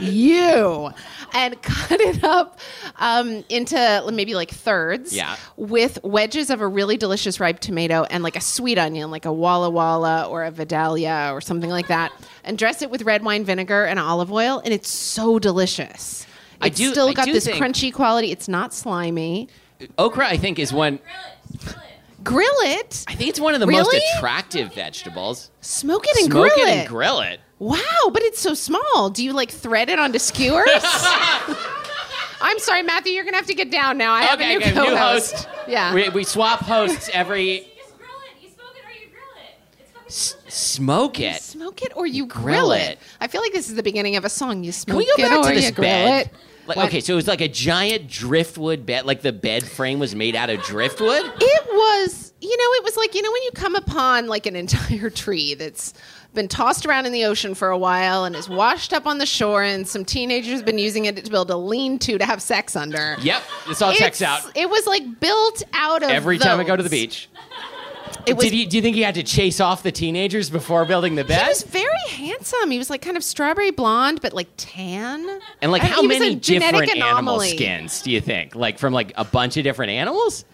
B: you and <laughs> cut it up um, into maybe like thirds
C: Yeah.
B: with wedges of a really delicious ripe tomato and like a sweet onion like a walla walla or a vidalia or something like that and dress it with red wine vinegar and olive oil and it's so delicious
C: I
B: it's
C: do-
B: still
C: I
B: got
C: do
B: this
C: think-
B: crunchy quality it's not slimy
C: Okra, I think, is one.
B: grill it
C: I think it's one of the most
B: Really?
C: attractive vegetables.
B: smoke it and
C: Smoke
B: grill
C: it
B: it,
C: and grill it.
B: wow but it's so small do you like thread it onto
C: <laughs>
B: skewers I'm sorry, Matthew. You're gonna have to get down now. I have a new
C: okay, new
B: co-host.
C: host.
B: Yeah.
C: we, we swap hosts every.
E: just grill it. You smoke it or you grill it. It's fucking
C: S- smoke it.
B: smoke it or you grill,
C: grill
B: it.
C: it.
B: I feel like this is the beginning of a song. You smoke
C: Can we go
B: it
C: back
B: or
C: to this
B: you grill
C: bed?
B: it.
C: Like,
B: What?
C: okay, so it was like a giant driftwood bed. Like the bed frame was made out of driftwood.
B: It was, you know, it was like, you know, when you come upon like an entire tree that's been tossed around in the ocean for a while and is washed up on the shore, and some teenagers have been using it to build a lean to to have sex under.
C: Yep, this all checks out.
B: It's- It was like built out of
C: Every time I go to the
B: those.
C: beach,
B: It was
C: did he, do you think he had to chase off the teenagers before building the
B: He
C: bed?
B: was very handsome. He was like kind of strawberry blonde, but like tan.
C: and like,
B: I-
C: how
B: he was a
C: many
B: genetic
C: different animal
B: anomaly.
C: skins do you think? Like from like a bunch of different animals?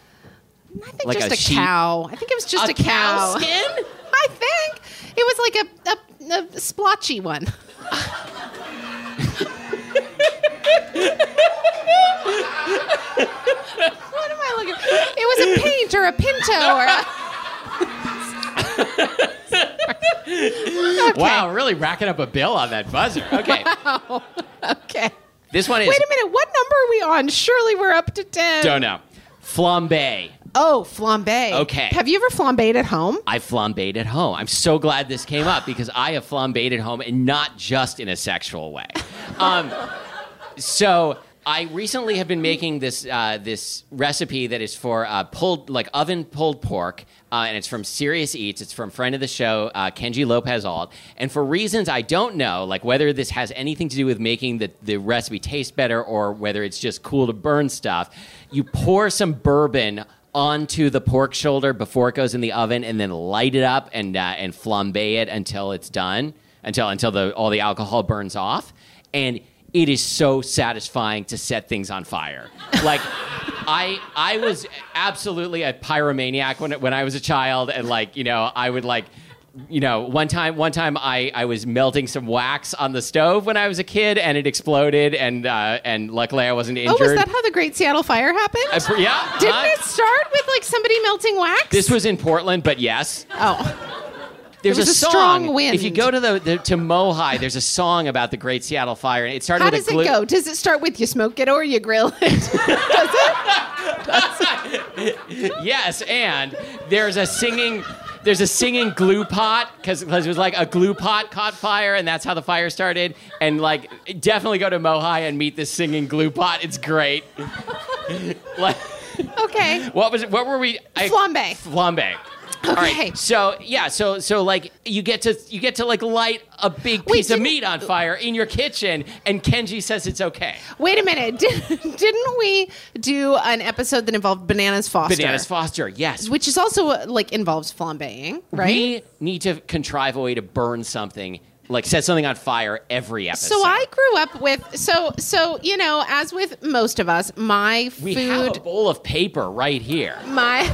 B: I think
C: Like
B: just
C: a
B: a,
C: sheep?
B: cow. I think it was just a, cow. <laughs>
C: skin?
B: I think it was like a, a, a splotchy one. <laughs> what am I looking? It was a paint or a pinto or
C: <laughs>
B: a.
C: Wow, really racking up a bill on that buzzer.
B: <laughs>
C: Okay,
B: Okay.
C: this one is.
B: Wait a minute. What number are we on? Surely we're up to ten.
C: Don't know. Flambe.
B: Oh, flambe.
C: Okay.
B: Have you ever flambéed at home?
C: I flambéed at home. I'm so glad this came up because I have flambéed at home and not just in a sexual way. Um, so I recently have been making this uh, this recipe that is for uh, pulled like oven pulled pork, uh, and it's from Serious Eats. It's from friend of the show uh, Kenji Lopez Alt, and for reasons I don't know, like whether this has anything to do with making the the recipe taste better or whether it's just cool to burn stuff. You pour some bourbon onto the pork shoulder before it goes in the oven, and then light it up and uh, and flambe it until it's done, until until the all the alcohol burns off, and it is so satisfying to set things on fire. Like <laughs> I I was absolutely a pyromaniac when when I was a child, and like you know, I would like. You know, one time, one time, I, I was melting some wax on the stove when I was a kid, and it exploded, and uh, and luckily I wasn't
B: Oh,
C: injured.
B: was that how the Great Seattle Fire happened?
C: I pr- yeah,
B: <laughs> Didn't
C: huh?
B: it start with like somebody melting wax?
C: This was in Portland, but yes.
B: oh,
C: There's
B: was
C: a,
B: a
C: song.
B: strong wind.
C: If you go to the, the to Mohai, there's a song about the Great Seattle Fire, and it started
B: how
C: with
B: does
C: a glue.
B: it go? Does it start with you smoke it or you grill it? <laughs>
C: Yes, and there's a singing. There's a singing glue pot because it was like a glue pot caught fire, and that's how the fire started. And like, definitely go to Mohai and meet this singing glue pot. It's great. like,
B: okay.
C: what was it? What were we? I-
B: Flambe.
C: Flambe. All
B: Okay.
C: right. So yeah. So so like you get to you get to like light a big
B: Wait,
C: piece of
B: didn't-
C: meat on fire in your kitchen, and Kenji says it's okay.
B: Wait a minute. Did, didn't we do an episode that involved bananas Foster?
C: Bananas Foster. Yes.
B: which is also uh, like involves flambeing, right?
C: We need to contrive a way to burn something, like set something on fire every episode.
B: So I grew up with so so you know as with most of us, my
C: we have a
B: food
C: bowl of paper right here.
B: my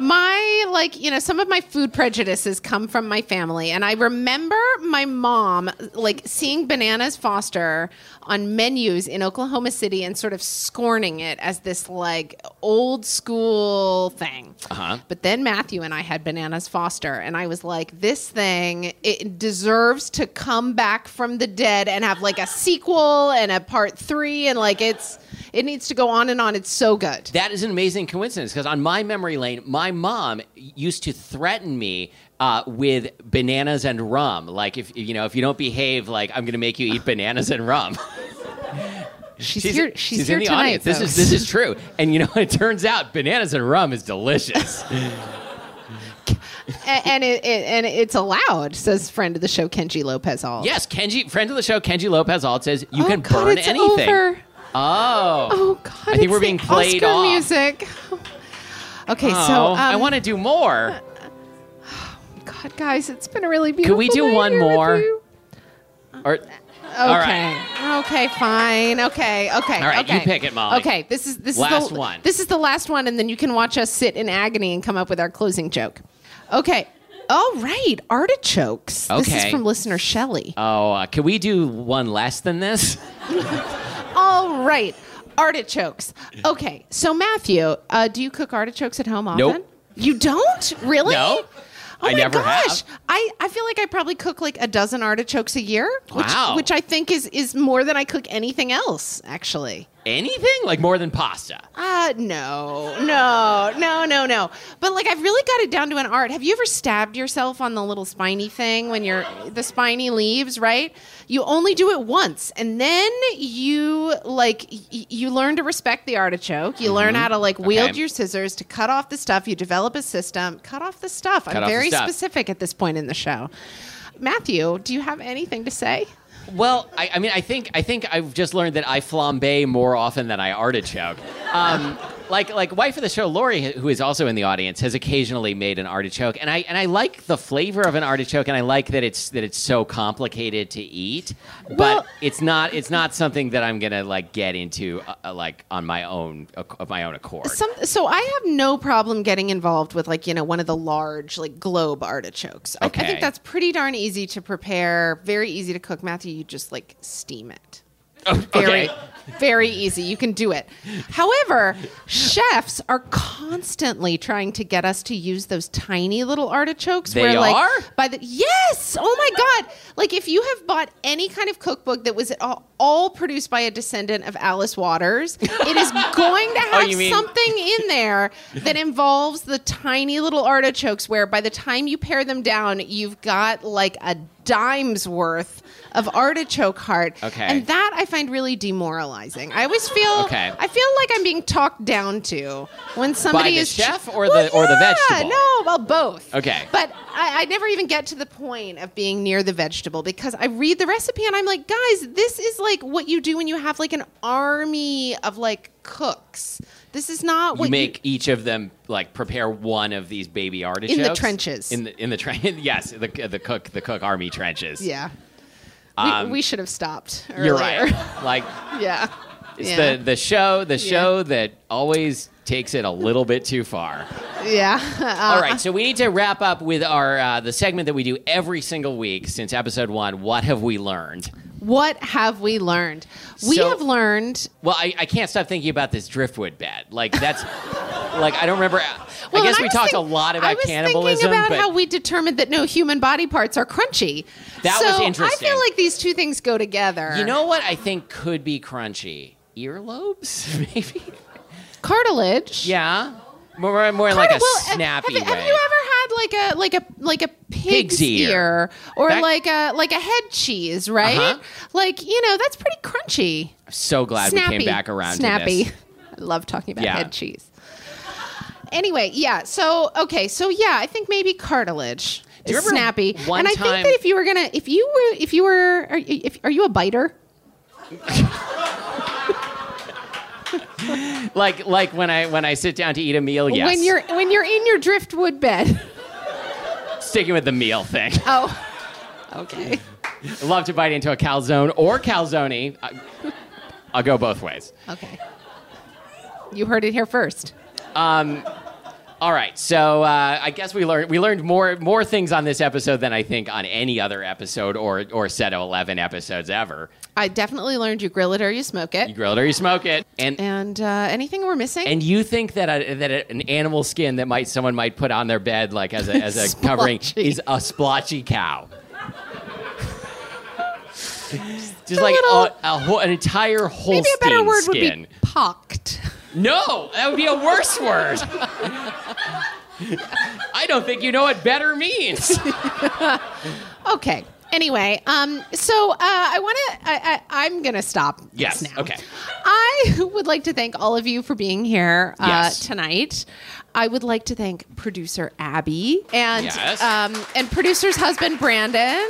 B: my like you know some of my food prejudices come from my family and i remember my mom like seeing bananas foster on menus in oklahoma city and sort of scorning it as this like old school thing uh-huh. but then matthew and i had bananas foster and i was like this thing it deserves to come back from the dead and have like a sequel and a part three and like it's it needs to go on and on it's so good
C: That is an amazing coincidence because on my memory lane, my mom used to threaten me uh, with bananas and rum. Like if you know, if you don't behave, like I'm going to make you eat bananas and rum.
B: She's, here. She's, here
C: in the
B: tonight.
C: audience. This is
B: folks.
C: this is true. And you know, <laughs> it turns out bananas and rum
B: <laughs>
C: is delicious.
B: A- and, it, it and it's allowed. Says friend of the show Kenji Lopez. All
C: yes, Kenji, friend of the show, Kenji Lopez, all says you
B: Oh,
C: can
B: God,
C: burn
B: it's
C: anything.
B: Over.
C: Oh.
B: Oh God!
C: I think
B: it's
C: we're being
B: the
C: played
B: Oscar
C: off.
B: music. <laughs> Okay, so
C: Oh,
B: um,
C: I want to do more.
B: God, guys, it's been a really beautiful.
C: we do
B: night
C: one
B: here with
C: more?
B: you. uh,
C: Or,
B: Okay.
C: right.
B: Okay. Fine. Okay. Okay. All
C: right, you
B: Okay.
C: pick it, Molly.
B: Okay. This is this is
C: Last
B: the,
C: one.
B: This is the last one, and then you can watch us sit in agony and come up with our closing joke. Okay. All right. Artichokes. This is
C: Okay.
B: from listener Shelley.
C: oh, uh, can we do one less than this?
B: All right, artichokes. Okay, so Matthew, uh, do you cook artichokes at home often?
C: Nope.
B: You don't really?
C: No.
B: Oh
C: I
B: my
C: never have.
B: gosh! I, I feel like I probably cook like a dozen artichokes a year, which
C: Wow.
B: which I think is is more than I cook anything else actually.
C: Anything? Like more than pasta?
B: Uh no, no, no, no, no. But like I've really got it down to an art. Have you ever stabbed yourself on the little spiny thing when you're the spiny leaves, right? You only do it once and then you like y- you learn to respect the artichoke. You learn how to like wield
C: Mm-hmm. Okay.
B: your scissors to cut off the stuff. You develop a system. Cut off the stuff.
C: Cut
B: I'm
C: off the
B: very
C: stuff.
B: specific at this point in the show. Matthew, do you have anything to say?
C: Well, I, I mean, I think I think I've just learned that I flambe more often than I artichoke. Um, <laughs> like like wife of the show, Lori, who is also in the audience, has occasionally made an artichoke, and I and I like the flavor of an artichoke, and I like that it's that it's so complicated to eat, but
B: Well-
C: it's not it's not something that I'm gonna like get into uh, uh, like on my own ac- of my own accord.
B: Some, so I have no problem getting involved with like you know one of the large like globe artichokes. I, I
C: Okay.
B: think that's pretty darn easy to prepare. Very easy to cook, Matthew. You just like steam it. Very,
C: Oh, okay.
B: very easy. You can do it. However, chefs are constantly trying to get us to use those tiny little artichokes.
C: They
B: where, like,
C: are?
B: by the yes oh my god like if you have bought any kind of cookbook that was at all, all produced by a descendant of alice waters it
C: <laughs>
B: is going to have
C: Oh, you mean-
B: something in
C: <laughs>
B: there that involves the tiny little artichokes where by the time you pare them down you've got like a dime's worth of artichoke heart
C: Okay.
B: and that i find really demoralizing i always feel
C: Okay.
B: i feel like i'm being talked down to when somebody
C: the
B: is
C: chef or the- or the
B: yeah,
C: vegetable?
B: no Oh, well, both.
C: Okay.
B: But I, I never even get to the point of being near the vegetable because I read the recipe and I'm like, guys, this is like what you do when you have like an army of like cooks. This is not what
C: you make each of them like prepare one of these baby artichokes
B: trenches.
C: In the in the trench, <laughs> yes, the the cook the cook army trenches. Um,
B: Yeah. we, we should have stopped. Earlier. <laughs>
C: You're right. <laughs> Like
B: yeah.
C: It's
B: Yeah.
C: the, the show, the show that always takes it a little bit too far.
B: Uh-huh. Yeah.
C: All right, so we need to wrap up with our uh, the segment that we do every single week since episode one. What have we learned?
B: What have we learned? We
C: So-
B: have learned.
C: Well, I, I can't stop thinking about this driftwood bed. Like that's <laughs> like I don't remember.
B: Well,
C: I guess
B: and
C: we
B: was
C: talked
B: think-
C: a lot
B: I
C: about
B: was
C: cannibalism,
B: Thinking about
C: but
B: how we determined that no human body parts are crunchy.
C: That
B: so
C: was interesting.
B: I feel like these two things go together.
C: you know what I think could be crunchy
B: <laughs>
C: earlobes, maybe.
B: cartilage.
C: Yeah, more more
B: Carti-
C: like a
B: Oh, well, have-
C: snappy
B: have, you-
C: way.
B: Have you ever had like a like a like a pig's,
C: Pig's ear.
B: or
C: That-
B: like a like a head cheese, right?
C: Uh-huh.
B: Like you know that's pretty crunchy.
C: so glad we came back around
B: snappy.
C: to this.
B: <laughs> I love talking about
C: Yeah.
B: head cheese. Anyway, yeah. So okay, so yeah, I think maybe cartilage.
C: Do you
B: is
C: remember
B: snappy.
C: one
B: and I
C: time-
B: think that if you were gonna, if you were, if you were, are you, if, are you a biter?
C: Like like when I when I sit down to eat a meal, yes.
B: When you're when you're in your driftwood
C: <laughs>
B: bed.
C: sticking with the meal thing, <laughs>
B: Oh, okay.
C: love to bite into a calzone or calzone. I, I'll go both ways.
B: Okay. You heard it here first.
C: All right, so uh, I guess we learned we learned more more things on this episode than I think on any other episode or or set of eleven episodes ever.
B: I definitely learned you grill it or you smoke
C: You
B: it.
C: grill it or you smoke it, and
B: And uh, anything we're missing?
C: and you think that a, that a, an animal skin that might someone might put on their bed like as a as a
B: <laughs>
C: covering
B: Splotchy.
C: is a splotchy cow. Just
B: a
C: like
B: little-
C: a, a whole, an entire whole
B: Maybe a better word
C: skin.
B: would be pocked.
C: No, that would be a worse word. I don't think you know what better
B: <laughs>
C: means.
B: Okay. Anyway, um, so uh, I want to. I, I, I'm going to stop.
C: Yes,
B: this Now.
C: okay.
B: I <laughs> would like to thank all of you for being here uh,
C: Yes.
B: tonight. I would like to thank producer Abby and
C: Yes.
B: um, and producer's husband Brandon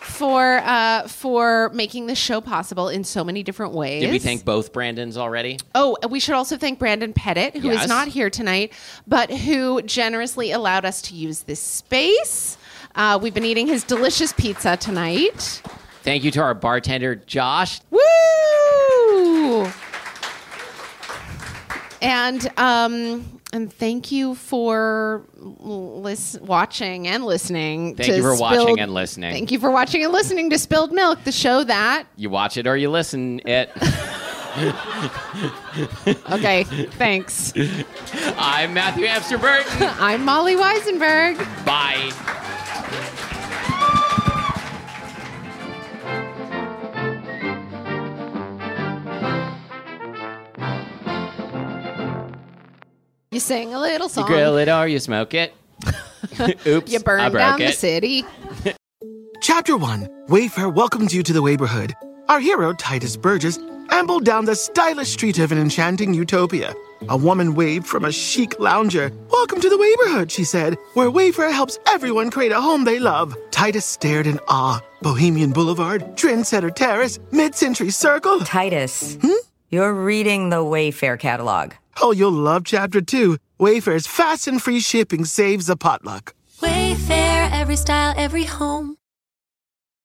B: for uh, for making this show possible in so many different ways.
C: Did we thank both Brandons already?
B: Oh, and we should also thank Brandon Pettit, who is
C: Yes.
B: not here tonight, but who generously allowed us to use this space. Uh, we've been eating his delicious pizza tonight.
C: Thank you to our bartender, Josh.
B: Woo! And um, and thank you for lis- watching and listening.
C: Thank
B: to
C: you for watching
B: Spilled-
C: and listening.
B: Thank you for watching and listening to Spilled Milk, the show that.
C: You watch it or you listen it.
B: <laughs>
C: <laughs>
B: Okay, thanks.
C: I'm Matthew Amster Burton.
B: I'm Molly Weisenberg.
C: Bye.
B: You sing a little
C: You
B: song.
C: grill it or you smoke it. Oops.
B: You burn
C: I broke
B: down the
C: it.
B: city.
D: Chapter 1 Wayfair welcomes you to the neighborhood. Our hero, Titus Burgess, ambled down the stylish street of an enchanting utopia. A woman waved from a chic lounger. Welcome to the neighborhood, she said, where Wayfair helps everyone create a home they love. Titus stared in awe. Bohemian Boulevard, Trendsetter Terrace, Mid Century Circle.
F: Titus, you're reading the Wayfair catalog.
D: Oh, you'll love Chapter 2. Wayfair's fast and free shipping saves a potluck.
G: Wayfair, every style, every home.